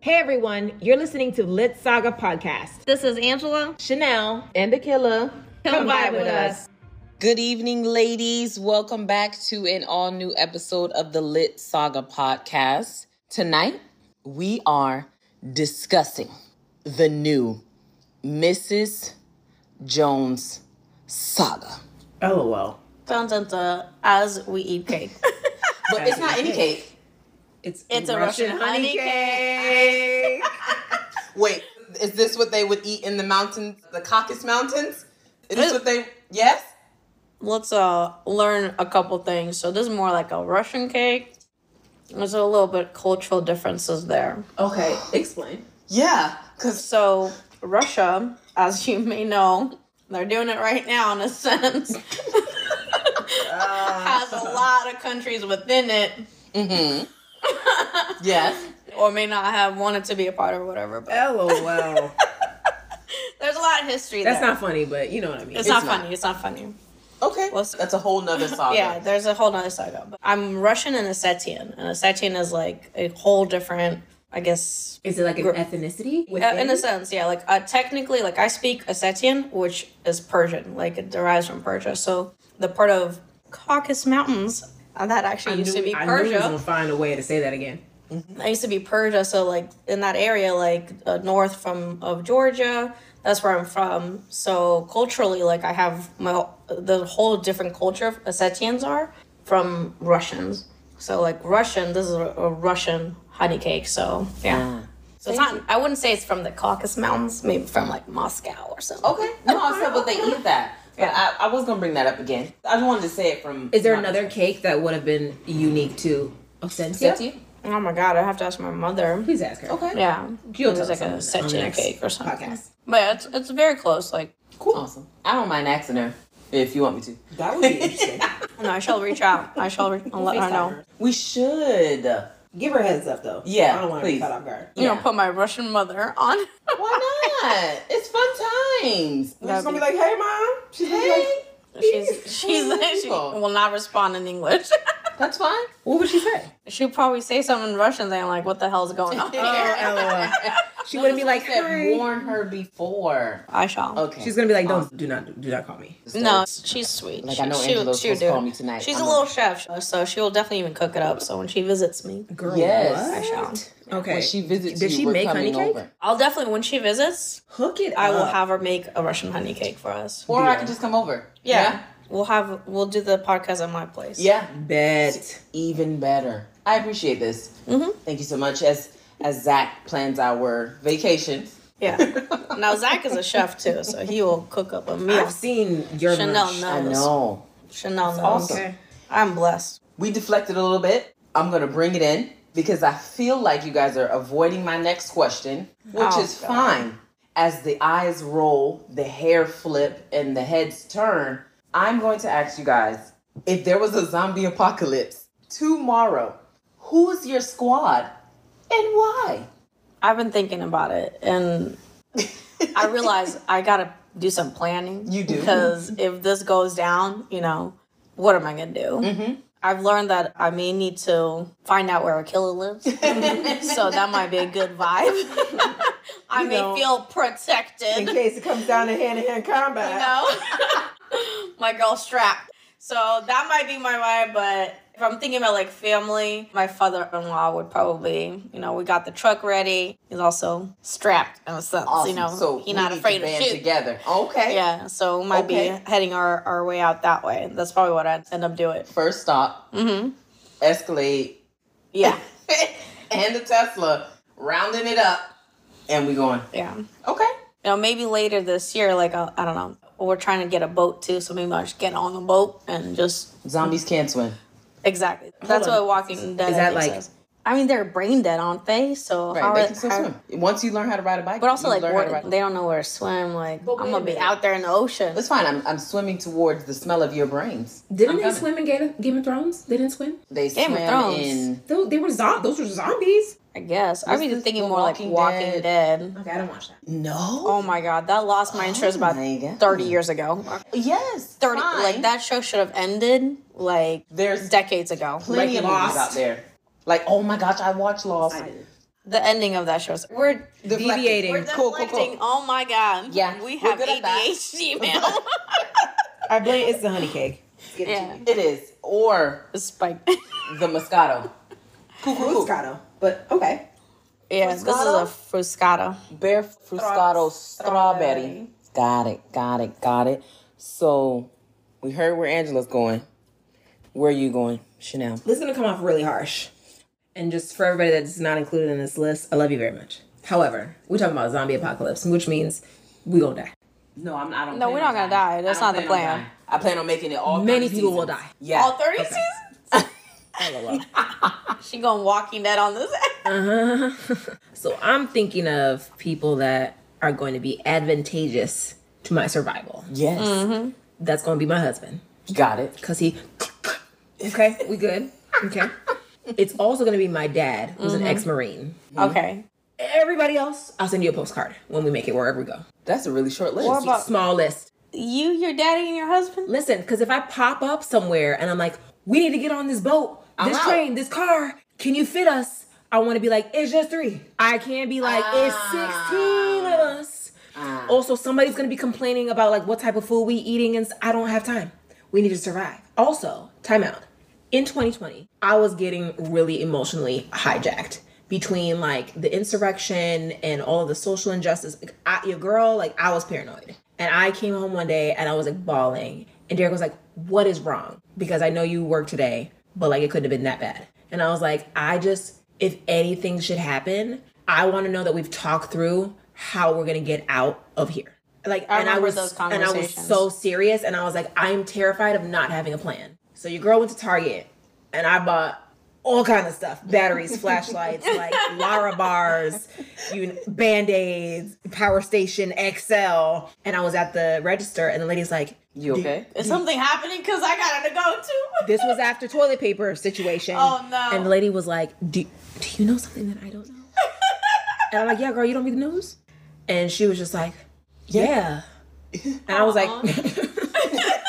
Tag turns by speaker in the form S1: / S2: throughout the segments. S1: Hey everyone, you're listening to Lit Saga Podcast.
S2: This is Angela.
S1: Chanel and the killer.
S2: Come vibe with us.
S3: Good evening, ladies. Welcome back to an all new episode of the Lit Saga podcast. Tonight, we are discussing the new Mrs. Jones saga.
S4: LOL.
S2: Dun dun dun. As we eat cake.
S3: But it's not any cake.
S4: It's,
S2: It's a Russian honey
S4: cake.
S3: Wait, is this what they would eat in the mountains, the Caucasus Mountains? Is this what they, yes?
S2: Let's uh learn a couple things. So this is more like a Russian cake. There's a little bit cultural differences there.
S3: Okay, explain. Yeah, because
S2: So Russia, as you may know, they're doing it right now in a sense. has a lot of countries within it,
S3: yes,
S2: or may not have wanted to be a part of whatever. But
S4: LOL.
S2: there's a lot of history
S1: That's
S2: there.
S1: not funny, but you know what I mean.
S2: It's, not,
S3: it's not.
S2: funny. It's not funny.
S3: okay,
S2: Well,
S3: that's a whole nother saga.
S2: Yeah, there's a whole nother saga. But I'm Russian and Ossetian, and Ossetian is like a whole different, I guess,
S1: Is it like an
S2: Gr-
S1: ethnicity?
S2: uh, in a sense, yeah. Like uh, technically, like I speak Ossetian, which is Persian, like it derives from Persia. So the part of Caucasus Mountains uh, that actually used to be
S1: I knew he was
S2: Persia.
S1: gonna find a way to say that again.
S2: I used to be Persia, so like in that area, like uh, north from of Georgia, that's where I'm from. So culturally, like I have my the whole different culture of Ossetians are from Russians. So like Russian, this is a, a Russian honey cake. So yeah. So it's not. I wouldn't say it's from the Caucasus Mountains. Maybe from like Moscow or something.
S3: Okay. No, I said, but they eat that. But I, I was gonna bring that up again. I just wanted to say it from.
S1: Is there another cake that would have been unique to Osentia?
S3: Fifty?
S2: Oh my god! I have to ask my mother.
S1: Please ask her.
S3: Okay.
S2: Yeah,
S1: You'll
S2: it
S1: tell
S2: was like a
S1: us on the- on the
S2: Ossetian
S1: next
S2: cake or something.
S1: podcast.
S2: But yeah, it's it's very close. Like
S3: Cool. Awesome. I don't mind asking her if you want me to.
S4: that would be interesting.
S2: no, I shall reach out. I shall re- I'll let her know.
S3: We should.
S4: Give her a heads up though.
S3: Yeah,
S4: I don't want to be
S3: please.
S4: caught off guard.
S2: you know,
S3: Yeah.
S2: put my Russian mother on.
S3: Why not? it's fun times.
S4: We're just
S2: That'd
S4: gonna
S2: be-
S4: be like, hey mom. She's gonna be
S3: Hey,
S4: like,
S2: she's she's she
S1: Oh.
S3: Beautiful.
S2: will not respond in English.
S3: that's fine.
S1: What would she say?
S2: She'll probably say something in Russian. Then I'm like, what the hell's going on?
S1: Oh, LOL. She wouldn't be like,
S3: said,
S1: "Hi."
S3: warn her before.
S2: I shall.
S3: Okay.
S1: She's gonna be like, don't do not do not call me.
S2: No, she's sweet.
S3: Like,
S2: she,
S3: I know
S2: she,
S3: Angelo's
S2: she'll
S3: supposed to
S2: do
S3: call
S2: it.
S3: me tonight.
S2: She's
S3: I'm
S2: a
S3: a-
S2: little chef, so she'll definitely even cook it up. So when she visits me,
S1: Girl,
S3: Yes.
S1: what?
S2: I shall.
S1: Okay.
S3: When she visits
S1: Did
S3: you,
S1: she
S3: we're
S1: make honey
S3: coming
S1: cake?
S3: over.
S2: I'll definitely when she visits,
S1: Hook it.
S2: I will
S1: up.
S2: have her make a Russian honey cake for us.
S3: Uh-huh. Or I
S1: Deal.
S3: can just come over.
S2: we'll have we'll do the podcast at my place.
S3: Yeah. Yeah.
S1: bet.
S3: even better. I appreciate this.
S2: Mm-hmm.
S3: Thank you so much. As as Zach plans our vacation,
S2: yeah. now Zach is a chef too, so he will cook up a meal.
S1: I've seen your
S2: Chanel,
S1: lunch.
S2: no.
S3: I know
S2: Chanel knows.
S3: awesome.
S2: I'm blessed.
S3: we deflected a little bit. I'm gonna bring it in because I feel like you guys are avoiding my next question, which
S2: Oh,
S3: is
S2: God.
S3: fine. As the eyes roll, the hair flip, and the heads turn, I'm going to ask you guys if there was a zombie apocalypse tomorrow, who's your squad and why?
S2: I've been thinking about it, and I realize I gotta do some planning.
S3: You do.
S2: because if this goes down, you know, what am I gonna do? Mm-hmm. I've learned that I may need to find out where a killer lives, so that might be a good vibe. I may
S4: know.
S2: feel
S4: in
S2: protected.
S4: case it comes down to hand to hand combat.
S2: you know? my girl strapped. So that might be my vibe, but if I'm thinking about like family, my father in law would probably, you know, we got the truck ready. He's also strapped in a sense,
S3: Awesome.
S2: you know,
S3: so we
S2: he's not
S3: need to
S2: afraid of
S3: band
S2: shit.
S3: together. Okay.
S2: Yeah, so might
S3: Okay.
S2: be heading our, our way out that way. That's probably what I'd end up doing.
S3: First stop, Escalade,
S2: Yeah,
S3: and the Tesla, rounding it up, and we going.
S2: yeah. You
S3: Okay.
S2: know, maybe later this year, like, I'll, I don't know, we're trying to get a boat too, so maybe I'll just get on the boat and just
S3: Zombies can't swim.
S2: Exactly. That's
S1: on.
S2: what Walking Dead
S1: is that
S2: I think,
S1: like-
S2: says. I mean, they're brain dead, aren't they? So
S3: Right.
S2: how
S3: they
S2: are-
S3: can still
S2: how-
S3: swim. Once you learn how to ride a bike,
S2: But also,
S3: you
S2: like,
S3: learn how to
S2: what,
S3: ride a-
S2: they don't know where to swim. Like,
S1: But
S2: I'm
S1: wait a
S2: gonna be
S1: minute.
S2: out there in the ocean.
S3: It's fine. I'm, I'm swimming towards the smell of your brains.
S1: Didn't
S3: I'm
S1: they
S3: coming.
S1: swim in Game of, Game of Thrones? They didn't swim.
S3: They
S2: Game of
S3: swam
S2: Thrones.
S3: in.
S1: Tho- They, were zo- Those were zombies.
S2: I guess I was
S3: this-
S2: thinking
S3: The
S2: more like
S3: Walking
S2: Walking Dead.
S1: Okay, I don't watch that.
S3: No.
S2: Oh my god, that lost my interest about
S3: Oh my God.
S2: thirty years ago.
S3: yes.
S2: Thirty,
S3: fine.
S2: like that show should have ended like
S3: There's
S2: decades ago.
S3: plenty
S1: Like
S3: of
S1: Lost.
S3: movies out there. Like, oh my gosh, I watched Lost.
S1: I didn't.
S2: the ending of that show. So We're
S1: Deviating.
S2: we're
S3: Cool, cool, cool.
S2: deflecting. Oh my god.
S3: Yeah,
S2: We
S3: we're
S2: have
S3: good at that.
S2: ADHD now.
S4: I blame it's the honey cake. Give it to
S2: yeah.
S4: me.
S3: It is. Or
S2: Spike.
S3: the Moscato. Cool, cool, cool.
S4: Fruscato, but okay.
S2: yeah, this is a fruscata.
S3: Bear Fruscato strawberry. Got it, got it, got it. So we heard where Angela's going. Where are you going, Chanel?
S1: This is gonna come off really harsh. And just for everybody that's not included in this list, I love you very much. However, we're talking about zombie apocalypse, which means we gonna die.
S3: No, I'm, I don't.
S2: No, plan we're not on gonna dying. die. That's I don't not the plan on plan. dying.
S3: I plan on making it all.
S1: Many
S3: 30
S1: people will
S3: seasons.
S1: die.
S3: Yeah.
S2: All 30 Oh, seasons? She going walking dead on this.
S1: Uh-huh. So I'm thinking of people that are going to be advantageous to my survival.
S3: Yes.
S2: Mm-hmm.
S1: That's gonna be my husband.
S3: Got it.
S1: Cause he Okay, we good. Okay. It's also gonna be my dad, who's
S2: Mm-hmm.
S1: an ex-marine.
S2: okay.
S1: Everybody else, I'll send you a postcard when we make it wherever we go.
S3: That's a really short list.
S2: What about-
S1: Small list.
S2: You, your daddy, and your husband?
S1: Listen, because if I pop up somewhere and I'm like, we need to get on this boat, this
S3: out.
S1: train, this car, can you fit us? I want to be like, it's just three. I can't be like, it's 16 of
S2: Ah.
S1: us. Also, somebody's going to be complaining about like what type of food we eating and s- I don't have time. We need to survive. Also, timeout. In 2020, I was getting really emotionally hijacked between like the insurrection and all the social injustice. Like, I, your girl, like I was paranoid. And I came home one day and I was like bawling. And Derek was like, What is wrong? Because I know you work today, but like it couldn't have been that bad. And I was like, I just, if anything should happen, I want to know that we've talked through how we're going to get out of here. Like,
S2: I
S1: and I
S2: remember
S1: was,
S2: those
S1: and I was
S2: conversations.
S1: so serious and I was like, I'm terrified of not having a plan. So your girl went to Target and I bought all kind of stuff. Batteries, flashlights, like Lara bars, you band-aids, power station, XL. And I was at the register and the lady's like,
S3: you okay?
S2: Is something happening? Because I got to go too.
S1: This was after toilet paper situation.
S2: Oh, no.
S1: And the lady was like, Do do you know something that I don't know? and I'm like, Yeah, girl, you don't read the news? And she was just like, Yeah. And I was like,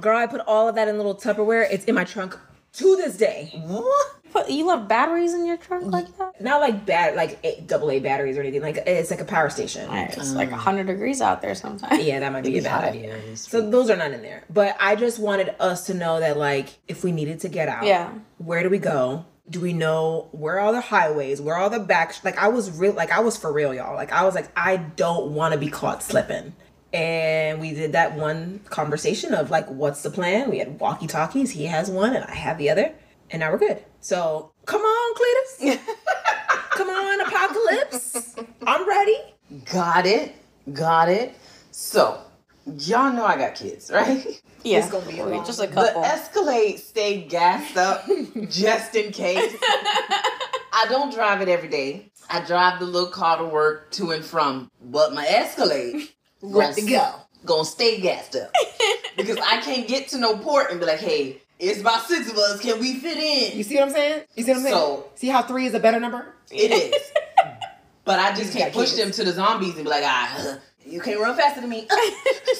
S1: Girl, I put all of that in little Tupperware. It's in my trunk to this day.
S3: What?
S2: But you left batteries in your trunk like that?
S1: Not like bad, like eight, double A batteries or anything. Like it's like a power station.
S2: It's like 100 degrees out there sometimes.
S1: Uh, Yeah, that might be a bad
S3: hot.
S1: idea. So those are not in there. But I just wanted us to know that, like, if we needed to get out,
S2: Yeah.
S1: where do we go? Do we know where all the highways? Where all the back? Like, I was real. Like, I was for real, y'all. Like, I was like, I don't want to be caught slipping. And we did that one conversation of like, what's the plan? We had walkie talkies. He has one, and I have the other, and now we're good. So come on, Cletus. come on, Apocalypse. I'm ready.
S3: Got it. Got it. So, y'all know I got kids, right?
S2: Yeah.
S1: It's gonna be a long-
S2: Just a
S3: The
S2: couple.
S3: Escalade stayed gassed up just in case. I don't drive it every day. I drive the little car to work to and from, but my Escalade gonna,
S1: to go.
S3: gonna stay gassed up because I can't get to no port and be like, "Hey, it's about six of us. Can we fit in?"
S1: You see what I'm saying? You see what I'm saying?
S3: So-
S1: see how three is a better number?
S3: It is. but I just can't
S1: got
S3: push
S1: kids.
S3: them to the zombies and be like, ah, you can't run faster than me.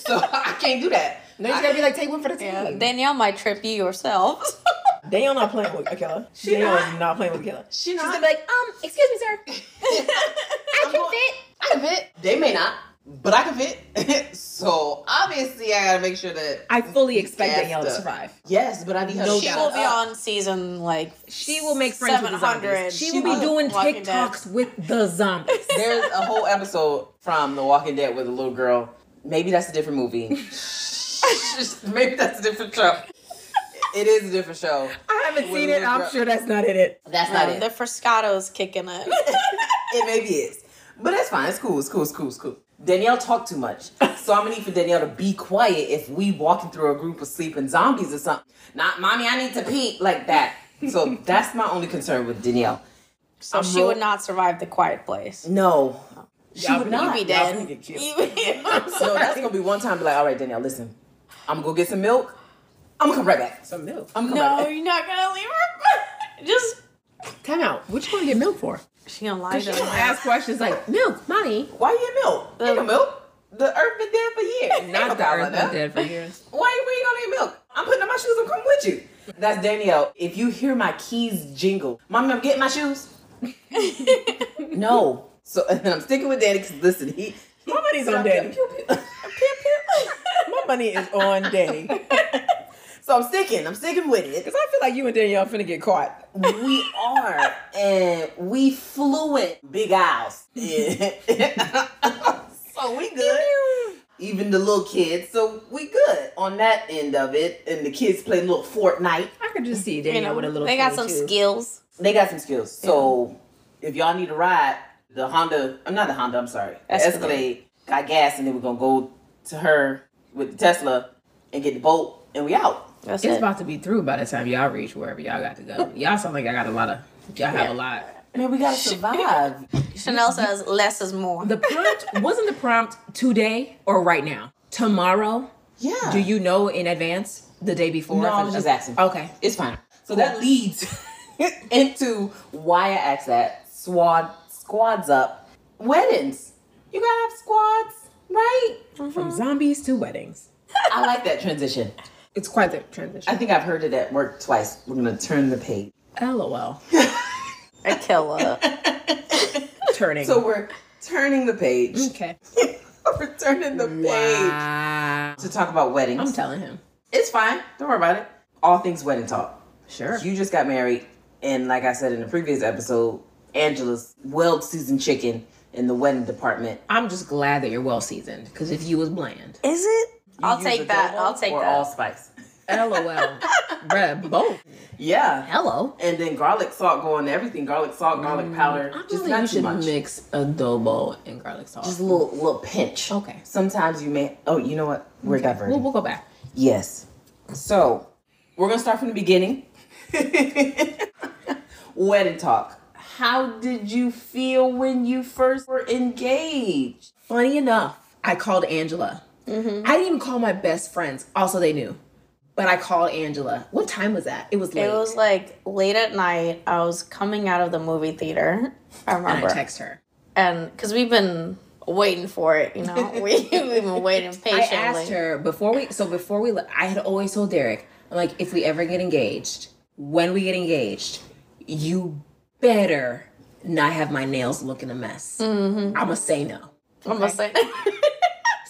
S3: so I can't do that.
S1: No, you just gotta be like, take one for the team.
S2: Yeah. Danielle might trip you yourself.
S4: Danielle not playing with Akela. Danielle is not playing with Akela.
S3: She
S1: She's
S3: not.
S1: gonna be like, um, excuse me, sir. I
S3: I'm
S1: can
S3: going-
S1: fit.
S3: I can fit. They may not, but I can fit. so obviously, I gotta make sure that.
S1: I fully expect
S3: Gassed
S1: Danielle to
S3: up.
S1: survive.
S3: Yes, but I need her
S1: No
S3: to
S2: she
S3: shut
S1: doubt.
S2: will be
S3: up.
S2: on season like
S1: She will make friends with the
S2: 700.
S1: zombies. She, will be
S2: She
S1: doing
S2: Walking Dead.
S1: TikToks with the zombies.
S3: There's a whole episode from The Walking Dead with a little girl. Maybe that's a different movie. Maybe that's a different show. It is a different show.
S1: I haven't
S3: With
S1: seen it.
S3: little
S1: I'm
S3: girl-
S1: sure that's not in it.
S3: That's not
S2: No,
S3: it.
S2: the Friscato's kicking it.
S3: it maybe is. But that's fine. It's cool. It's cool. It's cool. It's cool. Danielle talked too much. So I'm gonna need for Danielle to be quiet if we walking through a group of sleeping zombies or something. Not mommy, I need to pee like that. So that's my only concern with Danielle.
S2: So
S3: I'm
S2: she
S3: real-
S2: would not survive the quiet place.
S3: No. She would not.
S2: Be
S4: Y'all
S2: dead.
S4: finna get killed.
S3: So that's gonna be one time be like, all right, Danielle, listen. I'm gonna go get some milk. I'm gonna come right back.
S1: Some milk.
S3: I'm gonna come
S2: no,
S3: right
S2: you're not gonna leave her. Just
S1: Time out. What you gonna get milk for?
S2: she gonna lie
S1: She
S2: to
S1: gonna
S2: her.
S1: ask questions like, milk, mommy.
S3: back. Why you get milk? Ain't no milk. The earth been dead for years. Ain't no problem with that.
S1: for years.
S3: Why we gonna need milk? I'm putting on my shoes. I'm coming with you. That's Danielle. If you hear my keys jingle, mommy, I'm getting my shoes. no. So and I'm sticking with Danny because listen, he, he
S4: My money's on Danny.
S3: Pew, pew.
S4: My money is on Danny. Because
S3: so I'm sticking. I'm sticking with it.
S4: I feel like you and Danielle finna get caught.
S3: we are, and we fluent big owls. so we good. Even the little kids, so we good on that end of it. And the kids play a little Fortnite.
S1: I could just see
S2: You
S1: Danielle
S2: know,
S1: with a little.
S2: they got some
S1: 22.
S2: skills.
S3: They got some skills. So if y'all need a ride, the Honda, I'm not the Honda, I'm sorry, the
S2: Escalade.
S3: Escalade got gas, and then we're gonna go to her with the Tesla and get the boat, and we out.
S2: That's
S1: It's
S2: it.
S1: about to be through by the time y'all reach wherever y'all got to go. Y'all sound like I got a lot of. Y'all have a lot.
S3: Man, we gotta survive.
S2: Chanel says less is more.
S1: The prompt wasn't the prompt today or right now. Tomorrow.
S3: yeah.
S1: Do you know in advance the day before?
S3: No,
S1: For
S3: I
S1: the-
S3: was just asking.
S1: Okay.
S3: It's fine. So that leads into why I asked that squad squads up weddings. You gotta have squads, right?
S1: From zombies to weddings.
S3: I like that transition.
S1: It's quite the
S3: I
S1: transition.
S3: think I've heard it at work twice. We're gonna turn the page.
S1: LOL.
S2: I kill her.
S1: Turning.
S3: So we're turning the page.
S1: okay.
S3: we're turning the page
S1: Wow.
S3: to talk about weddings.
S1: I'm telling him.
S3: it's fine. Don't worry about it. All things wedding talk.
S1: Sure.
S3: You just got married, and like I said in the previous episode, Angela's well-seasoned chicken in the wedding department
S1: I'm just glad that you're well seasoned because if you was bland,
S2: Is it? I'll
S3: use
S2: take that.
S3: adobo
S2: I'll take
S3: or
S2: that.
S3: allspice.
S1: LOL. Bruh, both.
S3: Yeah.
S1: Hello.
S3: And then garlic salt go on everything. Garlic salt, garlic powder.
S1: I
S3: Just
S1: just
S3: not
S1: you
S3: too
S1: should
S3: much.
S1: mix adobo and garlic sauce.
S3: Just a little little pinch.
S1: Okay.
S3: Sometimes you may oh, you know what? We're diverting.
S1: we'll, we'll go back.
S3: yes. So we're gonna start from the beginning. Wedding talk. How did you feel when you first were engaged?
S1: Funny enough, I called Angela.
S3: Mm-hmm.
S1: I didn't even call my best friends. Also, they knew. But I called Angela. What time was that? It was late.
S2: It was like late at night. I was coming out of the movie theater. I
S1: and I
S2: remember.
S1: text her.
S2: and because we've been waiting for it, you know, we, we've been waiting patiently.
S1: I asked her before we so before we le- I had always told Derek, I'm like, if we ever get engaged, when we get engaged, you better not have my nails looking a mess.
S3: Mm-hmm.
S1: I'ma say no.
S2: I'm gonna say,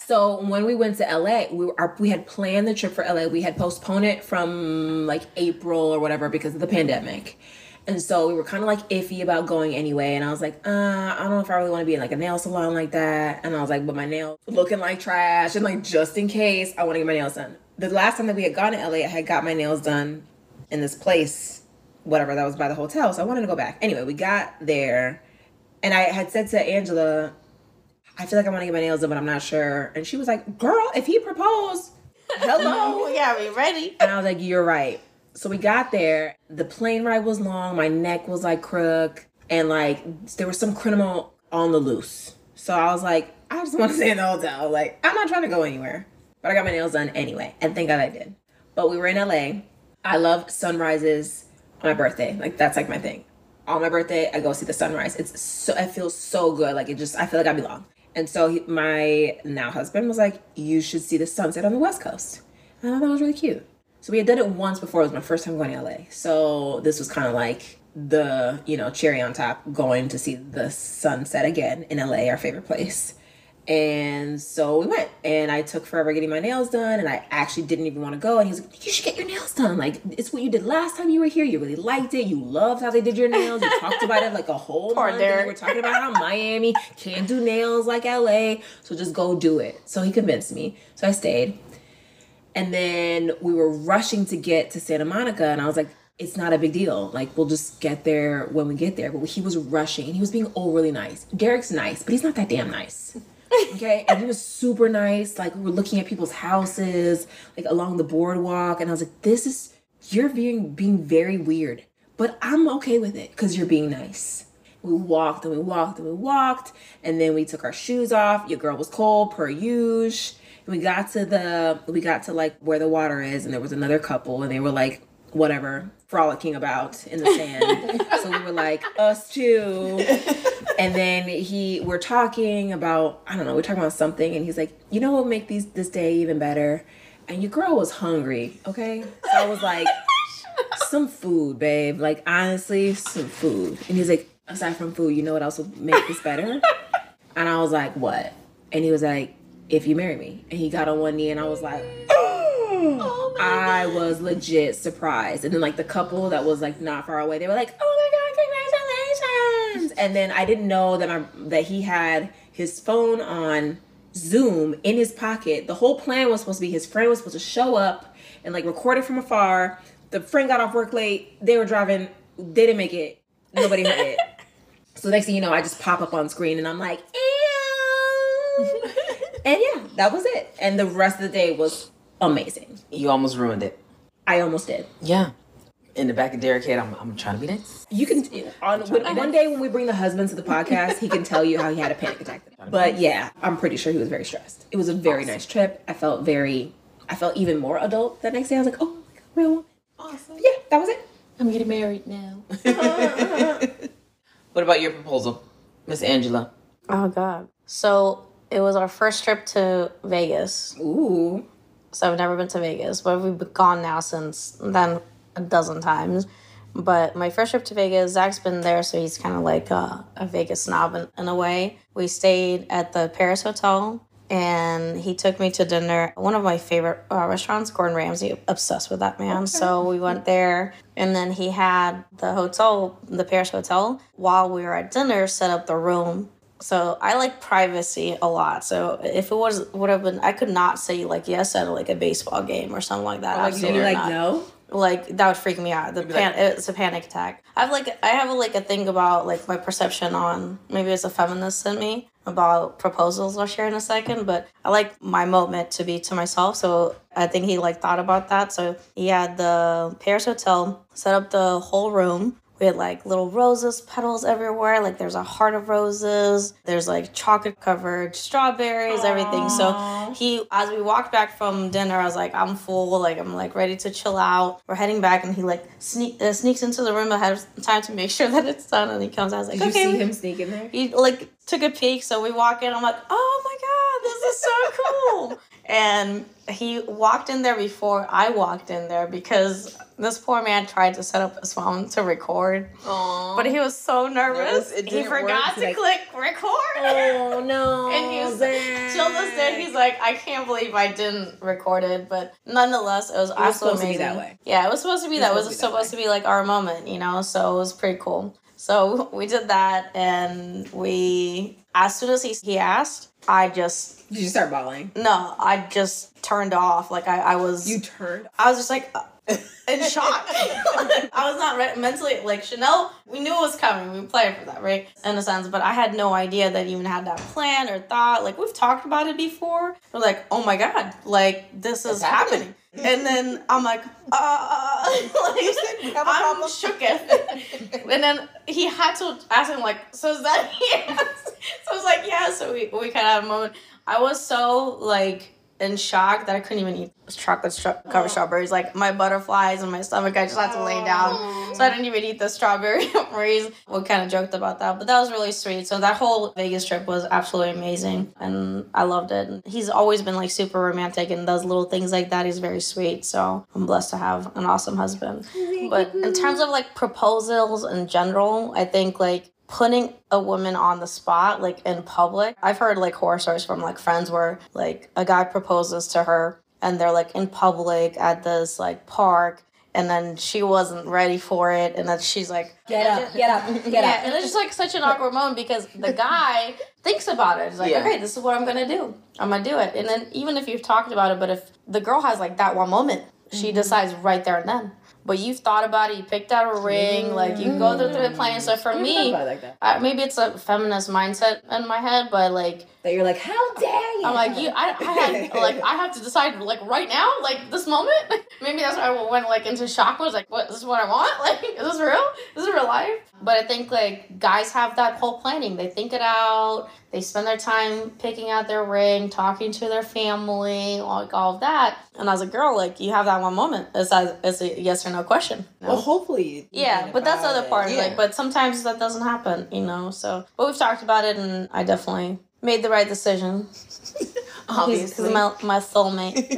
S1: So when we went to LA, we were, our, we had planned the trip for LA. We had postponed it from like April or whatever because of the pandemic. And so we were kind of like iffy about going anyway. And I was like, uh, I don't know if I really want to be in like a nail salon like that. And I was like, but my nails looking like trash. And like, just in case, I want to get my nails done. The last time that we had gone to LA, I had got my nails done in this place, whatever that was by the hotel. So I wanted to go back. Anyway, we got there. And I had said to Angela, I feel like I want to get my nails done, but I'm not sure. And she was like, Girl, if he proposed, hello.
S2: oh, yeah, we ready?
S1: and I was like, You're right. So we got there. The plane ride was long. My neck was like crook. And like, there was some criminal on the loose. So I was like, I just want to stay in the hotel. Like, I'm not trying to go anywhere. But I got my nails done anyway. And thank God I did. But we were in LA. I love sunrises on my birthday. Like, that's like my thing on my birthday i go see the sunrise it's so it feels so good like it just i feel like i belong and so he, my now husband was like you should see the sunset on the west coast and i thought that was really cute so we had done it once before it was my first time going to la so this was kind of like the you know cherry on top going to see the sunset again in la our favorite place and so we went, and I took forever getting my nails done, and I actually didn't even want to go. And he's like, "You should get your nails done. Like it's what you did last time you were here. You really liked it. You loved how they did your nails. You talked about it like a whole month. and
S2: Derek.
S1: you were talking about how Miami can't do nails like LA, so just go do it." So he convinced me. So I stayed, and then we were rushing to get to Santa Monica, and I was like, it's not a big deal. Like, we'll just get there when we get there. But he was rushing and he was being overly nice. Derek's nice, but he's not that damn nice. Okay. and he was super nice. Like, we were looking at people's houses, like along the boardwalk. And I was like, this is, you're being, being very weird, but I'm okay with it because you're being nice. We walked and we walked and we walked, and then we took our shoes off. Your girl was cold, per usual. And we got to the we got to like where the water is, and there was another couple, and they were like whatever frolicking about in the sand. so we were like us too. And then he we're talking about I don't know we're talking about something, and he's like, you know what would make these this day even better? And your girl was hungry, okay? So I was like some food, babe. Like honestly, some food. And he's like, aside from food, you know what else would make this better? and I was like, what? And he was like, if you marry me. And he got on one knee and I was like, I was legit surprised. And then like the couple that was like not far away, they were like, "Oh my god, congratulations!" And then I didn't know that my that he had his phone on Zoom in his pocket. The whole plan was supposed to be his friend was supposed to show up and like record it from afar. The friend got off work late. They were driving. They didn't make it. Nobody heard it. So next thing you know, I just pop up on screen and I'm like, "Ew." and yeah, that was it. And the rest of the day was amazing.
S3: You almost ruined it.
S1: I almost did.
S3: Yeah. In the back of Derek's head, I'm, I'm trying to be next.
S1: You can on when, one day when we bring the husband to the podcast, he can tell you how he had a panic attack. But yeah, I'm pretty sure he was very stressed. It was a very nice trip. I felt very, I felt even more adult that next day. I was like, oh, my God, real woman. Awesome. Yeah, that was it.
S2: I'm getting married now.
S3: What about your proposal, Miss Angela?
S2: Oh god. So it was our first trip to Vegas.
S1: Ooh,
S2: So I've never been to Vegas, but we've gone now since then a dozen times. But my first trip to Vegas, Zach's been there, so he's kind of like a, a Vegas snob in, in a way. We stayed at the Paris Hotel, and he took me to dinner. One of my favorite uh, restaurants, Gordon Ramsay, obsessed with that man. So we went there, and then he had the hotel, the Paris Hotel, while we were at dinner, set up the room so I like privacy a lot. So if it was would have been, I could not say like yes at like a baseball game or something like that.
S1: like you
S2: Absolutely
S1: were like
S2: not.
S1: no.
S2: Like that would freak me out. The pan- it's a panic attack. I've like I have like a thing about like my perception on maybe it's a feminist in me about proposals. I'll share in a second, but I like my moment to be to myself. So I think he like thought about that. So he had the Paris hotel set up the whole room. We had like little roses, petals everywhere. Like there's a heart of roses. There's like chocolate covered strawberries, everything. So he, as we walked back from dinner, I was like, I'm full. Like I'm like ready to chill out. We're heading back, and he like sneak uh, sneaks into the room ahead of time to make sure that it's done. And he comes out. I was like,
S1: Did you
S2: okay.
S1: see him sneak in there?
S2: He like took a peek. So we walk in. I'm like, oh my god, this is so cool. and he walked in there before I walked in there because this poor man tried to set up his phone to record.
S3: Aww.
S2: But he was so nervous.
S3: Nervous, it
S2: he
S3: didn't work.
S2: forgot to
S1: Like-
S2: click record.
S1: Oh no!
S2: and he was till this day he's like, I can't believe I didn't record it. But nonetheless, it was, it
S1: was
S2: also
S1: supposed to be
S2: amazing.
S1: that way.
S2: Yeah, it was supposed to be that. It was
S1: supposed
S2: supposed,
S1: to be that
S2: to be like our moment, you know. So it was pretty cool. So we did that, and we as soon as he he asked, I just
S1: Did you start bawling?
S2: no, I just turned off. Like I I was
S1: You turned.
S2: I was just like uh, in shock. I was not re- mentally like Chanel. We knew it was coming. We planned for that, right? In a sense, but I had no idea that even had that plan or thought. Like we've talked about it before. We're like, oh my god, like this is happening. And then I'm like, uh, like
S3: a
S2: I'm shooketh. and then he had to ask him like, so is that yes? So I was like, yeah. So we we kind of had a moment. I was so like in shock that I couldn't even eat chocolate stra- covered strawberries. Like my butterflies in my stomach, I just had to lay down. So I didn't even eat the strawberry berries. We kind of joked about that, but that was really sweet. So that whole Vegas trip was absolutely amazing, and I loved it. And he's always been like super romantic and does little things like that. He's very sweet. So I'm blessed to have an awesome husband. But in terms of like proposals in general, I think like putting a woman on the spot like in public i've heard like horror stories from like friends where like a guy proposes to her and they're like in public at this like park and then she wasn't ready for it and then she's like
S1: Get up! Get up! Get
S2: yeah
S1: up!
S2: and it's just like such an awkward moment because the guy thinks about it he's like
S3: Yeah.
S2: okay this is what i'm gonna do i'm gonna do it and then even if you've talked about it but if the girl has like that one moment she
S1: Mm-hmm.
S2: decides right there and then but you've thought about it you picked out a ring like you go through
S1: Mm.
S2: the plan so for me
S1: Somebody like that.
S2: I, maybe it's a feminist mindset in my head, but like
S1: That you're like, how dare you?
S2: I'm like you, I, I had like I have to decide like right now, like this moment. maybe that's why I went like into shock. I was like, what? This is what I want? Like, is this real? Is this real life? But I think like guys have that whole planning. They think it out. They spend their time picking out their ring, talking to their family, like all of that. And as a girl, like you have that one moment. It's a, it's a yes or no question.
S4: Well, hopefully.
S2: Yeah, but that's the other part.
S3: Yeah.
S2: Like, but sometimes that doesn't happen, you know. So, but we've talked about it, and I definitely made the right decision. He's, he's
S3: Obviously.
S2: my my soulmate,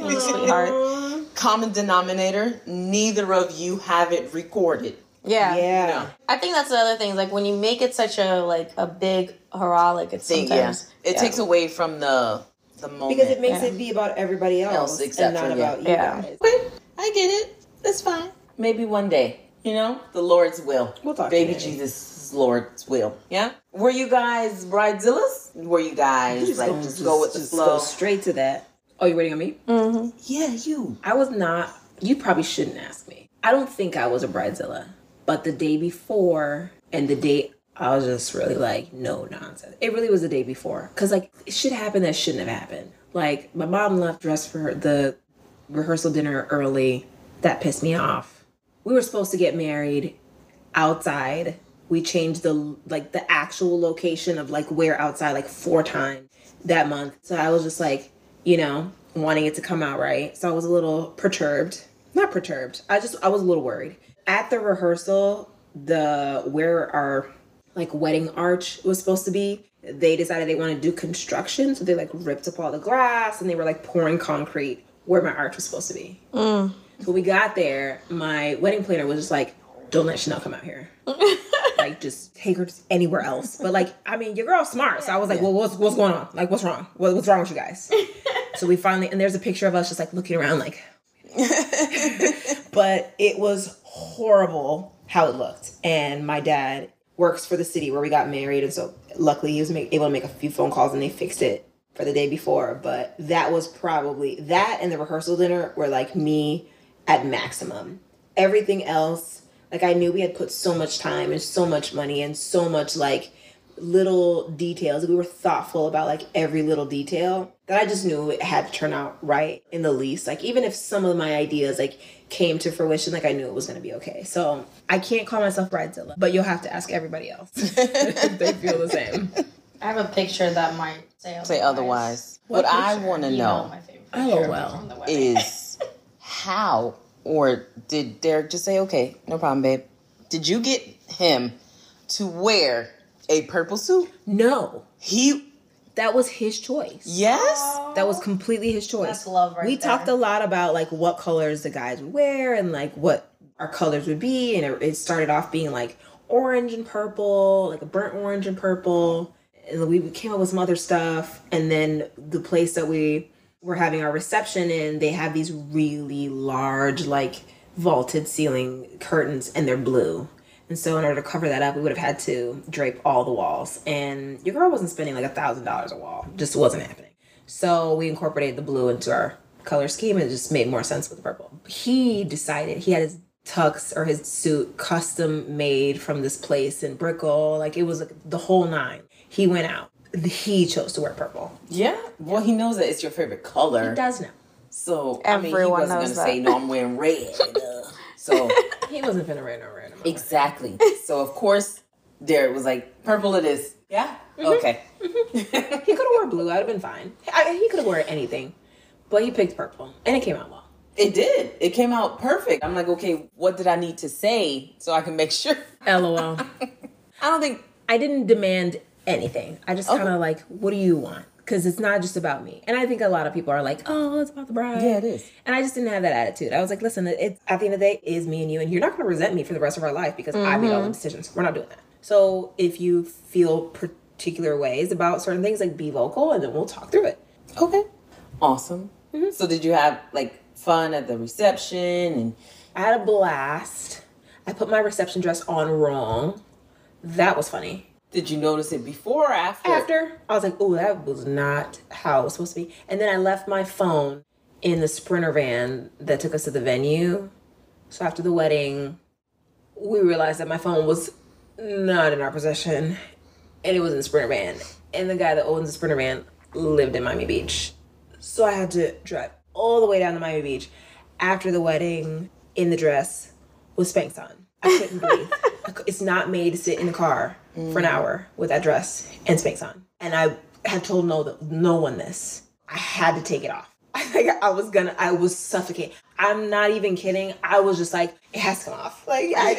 S2: my sweetheart.
S3: Common denominator, neither of you have it recorded.
S2: Yeah.
S3: No.
S2: I think that's the other thing. Like when you make it such a like a big hurrah, like it's
S3: See, yeah.
S2: sometimes
S3: It
S2: yeah.
S3: takes away from the the moment.
S5: Because it makes it be about everybody
S3: Else,
S5: else, and
S3: except
S5: not
S3: for- yeah.
S5: about you
S2: Yeah.
S5: guys.
S3: Okay, I get it. That's fine. Maybe one day. You know, the Lord's will.
S5: We'll talk
S3: Baby
S5: today.
S3: Jesus' Lord's will. Yeah. Were you guys bridezillas? Were you guys like just, go with the
S5: just
S3: flow?
S5: Go straight to that.
S1: Oh, you waiting on me?
S3: yeah, you.
S1: I was not. You probably shouldn't ask me. I don't think I was a bridezilla, but the day before and the day I was just really like no nonsense. It really was the day before because like shit happened that shouldn't have happened. Like my mom left dressed for the rehearsal dinner early. That pissed me off. We were supposed to get married outside. We changed the like the actual location of like where outside like four times that month. So I was just like, you know, wanting it to come out right. So I was a little perturbed. Not perturbed. I just I was a little worried. At the rehearsal, the where our like wedding arch was supposed to be, they decided they wanted to do construction. So they like ripped up all the glass and they were like pouring concrete where my arch was supposed to be. So we got there, my wedding planner was just like, don't let Chanel come out here. like, just take her to anywhere else. But like, I mean, your girl's smart. So I was like, well, what's what's going on? Like, what's wrong? What, what's wrong with you guys? so we finally, and there's a picture of us just like looking around, like, but it was horrible how it looked. And my dad works for the city where we got married, and so luckily he was ma- able to make a few phone calls and they fixed it for the day before. But that was probably that and the rehearsal dinner were like me at maximum. Everything else, like I knew we had put so much time and so much money and so much like little details. We were thoughtful about like every little detail that I just knew it had to turn out right in the least. Like even if some of my ideas like came to fruition, like I knew it was gonna be okay. So I can't call myself bridezilla, but you'll have to ask everybody else if they feel the same.
S2: I have a picture that might say otherwise.
S3: Say otherwise. What, I want to
S2: You
S3: know
S2: my favorite
S1: Oh,
S2: picture
S1: well.
S2: from the wedding.
S3: is how or did Derek just say, okay, no problem, babe? Did you get him to wear a purple suit?
S1: No,
S3: He,
S1: that was his choice.
S3: yes.
S1: That was completely his choice.
S2: That's love right
S1: We
S2: there.
S1: talked a lot about like what colors the guys would wear and like what our colors would be, and it, it started off being like orange and purple, like a burnt orange and purple, and then we came up with some other stuff, and then the place that we were having our reception in, they have these really large like vaulted ceiling curtains, and they're blue. And so, in order to cover that up, we would have had to drape all the walls. And your girl wasn't spending like a thousand dollars a wall; just wasn't happening. So we incorporated the blue into our color scheme and it just made more sense with the purple. He decided he had his tux or his suit custom made from this place in Brickell. Like it was like the whole nine. He went out. He chose to wear purple.
S3: Yeah. Well, he knows that it's your favorite color.
S1: He does know.
S3: So I mean, he
S2: Everyone
S3: wasn't
S2: knows
S3: gonna
S2: that.
S3: say no. I'm wearing red. uh, so
S1: He wasn't finna random random.
S3: exactly. So of course, Derek was like, "Purple it is." Yeah. Okay.
S1: He could have wore blue. I'd have been fine. I, he could have wore anything, but he picked purple and it came out well.
S3: It did. It came out perfect. I'm like, okay, what did I need to say so I can make sure?
S1: LOL.
S3: I don't think.
S1: I didn't demand anything. I just kind of like, what do you want? Because it's not just about me. And I think a lot of people are like, oh, it's about the bride.
S3: Yeah, it is.
S1: And I just didn't have that attitude. I was like, listen, it's at the end of the day, it is me and you, and you're not going to resent me for the rest of our life because I made all the decisions. We're not doing that. So if you feel particular ways about certain things, like be vocal, and then we'll talk through it.
S3: Okay. Awesome. So did you have like fun at the reception and
S1: I had a blast. I put my reception dress on wrong. That was funny.
S3: did you notice it before or after?
S1: after I was like, "Oh, that was not how it was supposed to be." And then I left my phone in the sprinter van that took us to the venue. So after the wedding, we realized that my phone was not in our possession, and it was in the sprinter van. And the guy that owns the sprinter van lived in Miami Beach, so I had to drive all the way down to Miami Beach after the wedding in the dress with Spanx on. I couldn't breathe. I cou- It's not made to sit in the car for an hour with that dress and Spanx on. And I had told no no one this. I had to take it off. Like I was gonna, I was suffocating. I'm not even kidding. I was just like, it has to come off. Like I,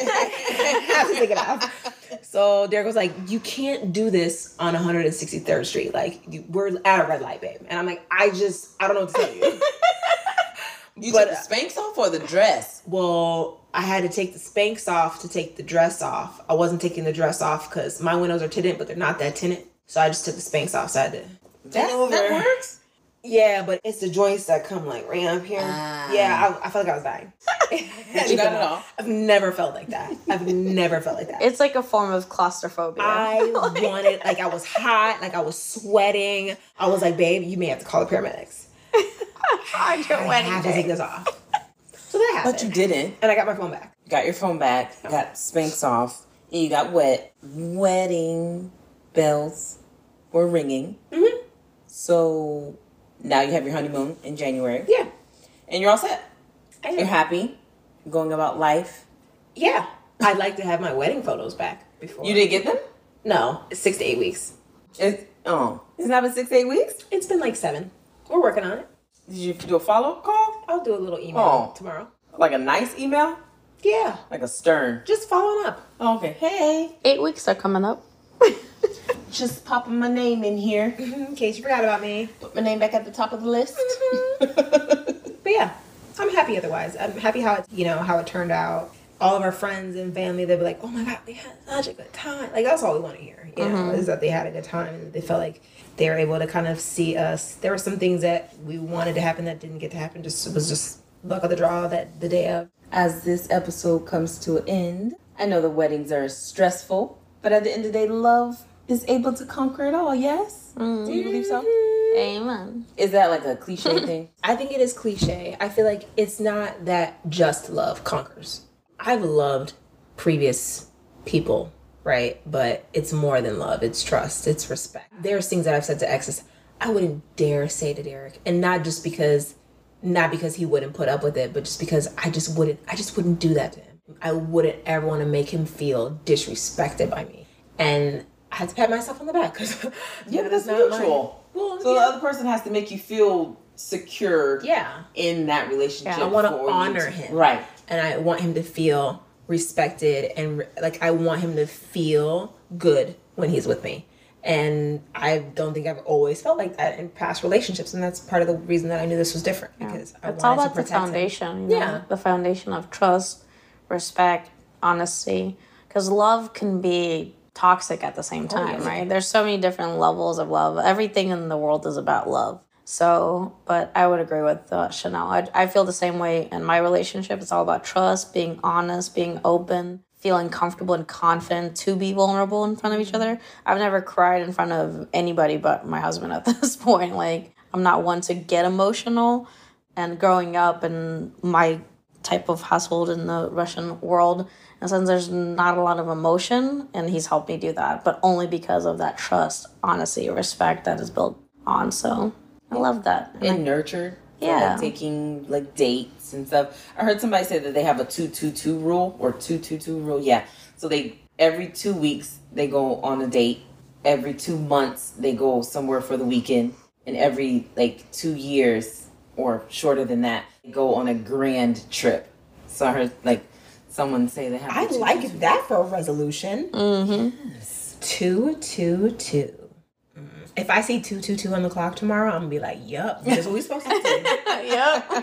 S1: I have to take it off. So Derek was like, you can't do this on 163rd Street. Like you, we're at a red light, babe. And I'm like, I just, I don't know what to tell you.
S3: You
S6: But,
S3: took the Spanx off or the dress?
S6: Well, I had to take the Spanx off to take the dress off. I wasn't taking the dress off because my windows are tinted, but they're not that tinted. So I just took the Spanx off. So I did.
S3: That, that
S6: over.
S3: works.
S6: Yeah, but it's the joints that come like right up here.
S3: Ah.
S6: Yeah, I, I felt like I was dying.
S3: You got it all.
S6: I've never felt like that. I've never felt like that.
S2: It's like a form of claustrophobia.
S6: I wanted like I was hot, like I was sweating. I was like, babe, you may have to call the paramedics.
S2: on your
S6: I
S2: wedding
S6: have to take
S2: day.
S6: this off. So that happened.
S3: But you didn't.
S6: and I got my phone back.
S3: You got your phone back. Got Spanx off. And you got wet. Wedding bells were ringing. So now you have your honeymoon in January.
S6: Yeah.
S3: And you're all set.
S6: I
S3: You're happy. You're going about life.
S6: Yeah. I'd like to have my wedding photos back before.
S3: You didn't get them?
S6: No, it's six to eight weeks.
S3: It's, oh, it's not been six, eight weeks?
S6: It's been like seven. We're working on it.
S3: Did you do a follow up call?
S6: I'll do a little email
S3: Oh.
S6: tomorrow.
S3: Like a nice email?
S6: Yeah.
S3: Like a stern.
S6: Just following up.
S3: Oh, okay. Hey,
S2: Eight weeks are coming up.
S3: just popping my name in here.
S6: In case you forgot about me.
S3: Put my name back at the top of the list.
S6: But yeah, I'm happy otherwise. I'm happy how it, you know, how it turned out. All of our friends and family, they'd be like, oh my God, we had such a good time. Like, that's all we want to hear, you know, is that they had a good time and they felt like they were able to kind of see us. There were some things that we wanted to happen that didn't get to happen. Just it was just luck of the draw that the day of.
S3: As this episode comes to an end, I know the weddings are stressful, but at the end of the day, love is able to conquer it all, yes? Do you believe so?
S6: Mm-hmm.
S2: Amen.
S3: Is that like a cliche thing?
S6: I think it is cliche. I feel like it's not that just love conquers. I've loved previous people, right? But it's more than love, it's trust, it's respect. There's things that I've said to exes I wouldn't dare say to Derek, and not just because not because he wouldn't put up with it, but just because I just wouldn't I just wouldn't do that to him. I wouldn't ever want to make him feel disrespected by me. And I had to pat myself on the back because
S3: Yeah, but that's
S6: not mine.
S3: mutual.
S6: Well,
S3: So the
S6: yeah.
S3: other person has to make you feel secure
S6: yeah.
S3: in that relationship.
S2: Yeah. I
S6: wanna
S3: for you
S6: honor him.
S3: Right.
S6: and I want him to feel respected and re- like I want him to feel good when he's with me. And I don't think I've always felt like that in past relationships, and that's part of the reason that I knew this was different because I
S2: It's all about
S6: wanted to
S2: the
S6: protect him.
S2: foundation. You know?
S6: Yeah.
S2: The foundation of trust, respect, honesty. Because love can be toxic at the same time, right? There's so many different levels of love. Everything in the world is about love. So, but I would agree with uh, Chanel. I, I feel the same way in my relationship. It's all about trust, being honest, being open, feeling comfortable and confident to be vulnerable in front of each other. I've never cried in front of anybody but my husband at this point. Like, I'm not one to get emotional, and growing up in my type of household in the Russian world, and since there's not a lot of emotion, and he's helped me do that, but only because of that trust, honesty, respect that is built on. So I love that. And
S3: And nurtured. So,
S2: Yeah.
S3: Like taking like dates and stuff. I heard somebody say that they have a two two two rule or two two two rule. Yeah. So they every two weeks they go on a date. Every two months they go somewhere for the weekend. And every like two years or shorter than that, they go on a grand trip. So I heard like someone say they have
S6: I
S3: the two- two-
S6: like that for a resolution. Mm-hmm. Two, two, two. Mm. If I see two, two, two on the clock tomorrow, I'm gonna be like, "Yup, that's what we supposed to do."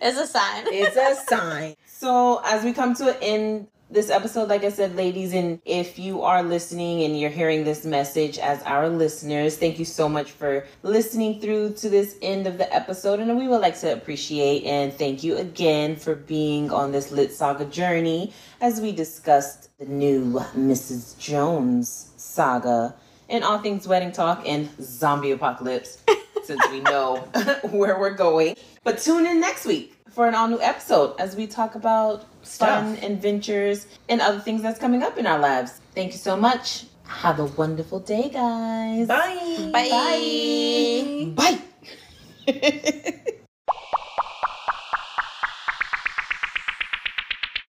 S2: it's a sign.
S6: it's a sign.
S3: So as we come to an end this episode, like I said, ladies, and if you are listening and you're hearing this message as our listeners, thank you so much for listening through to this end of the episode. And we would like to appreciate and thank you again for being on this Lit Saga journey as we discussed the new Mrs. Jones saga and all things wedding talk and zombie apocalypse since we know where we're going. But tune in next week for an all new episode as we talk about fun and ventures and other things that's coming up in our lives. Thank you so much. Have a wonderful day, guys.
S6: Bye.
S3: Bye. Bye.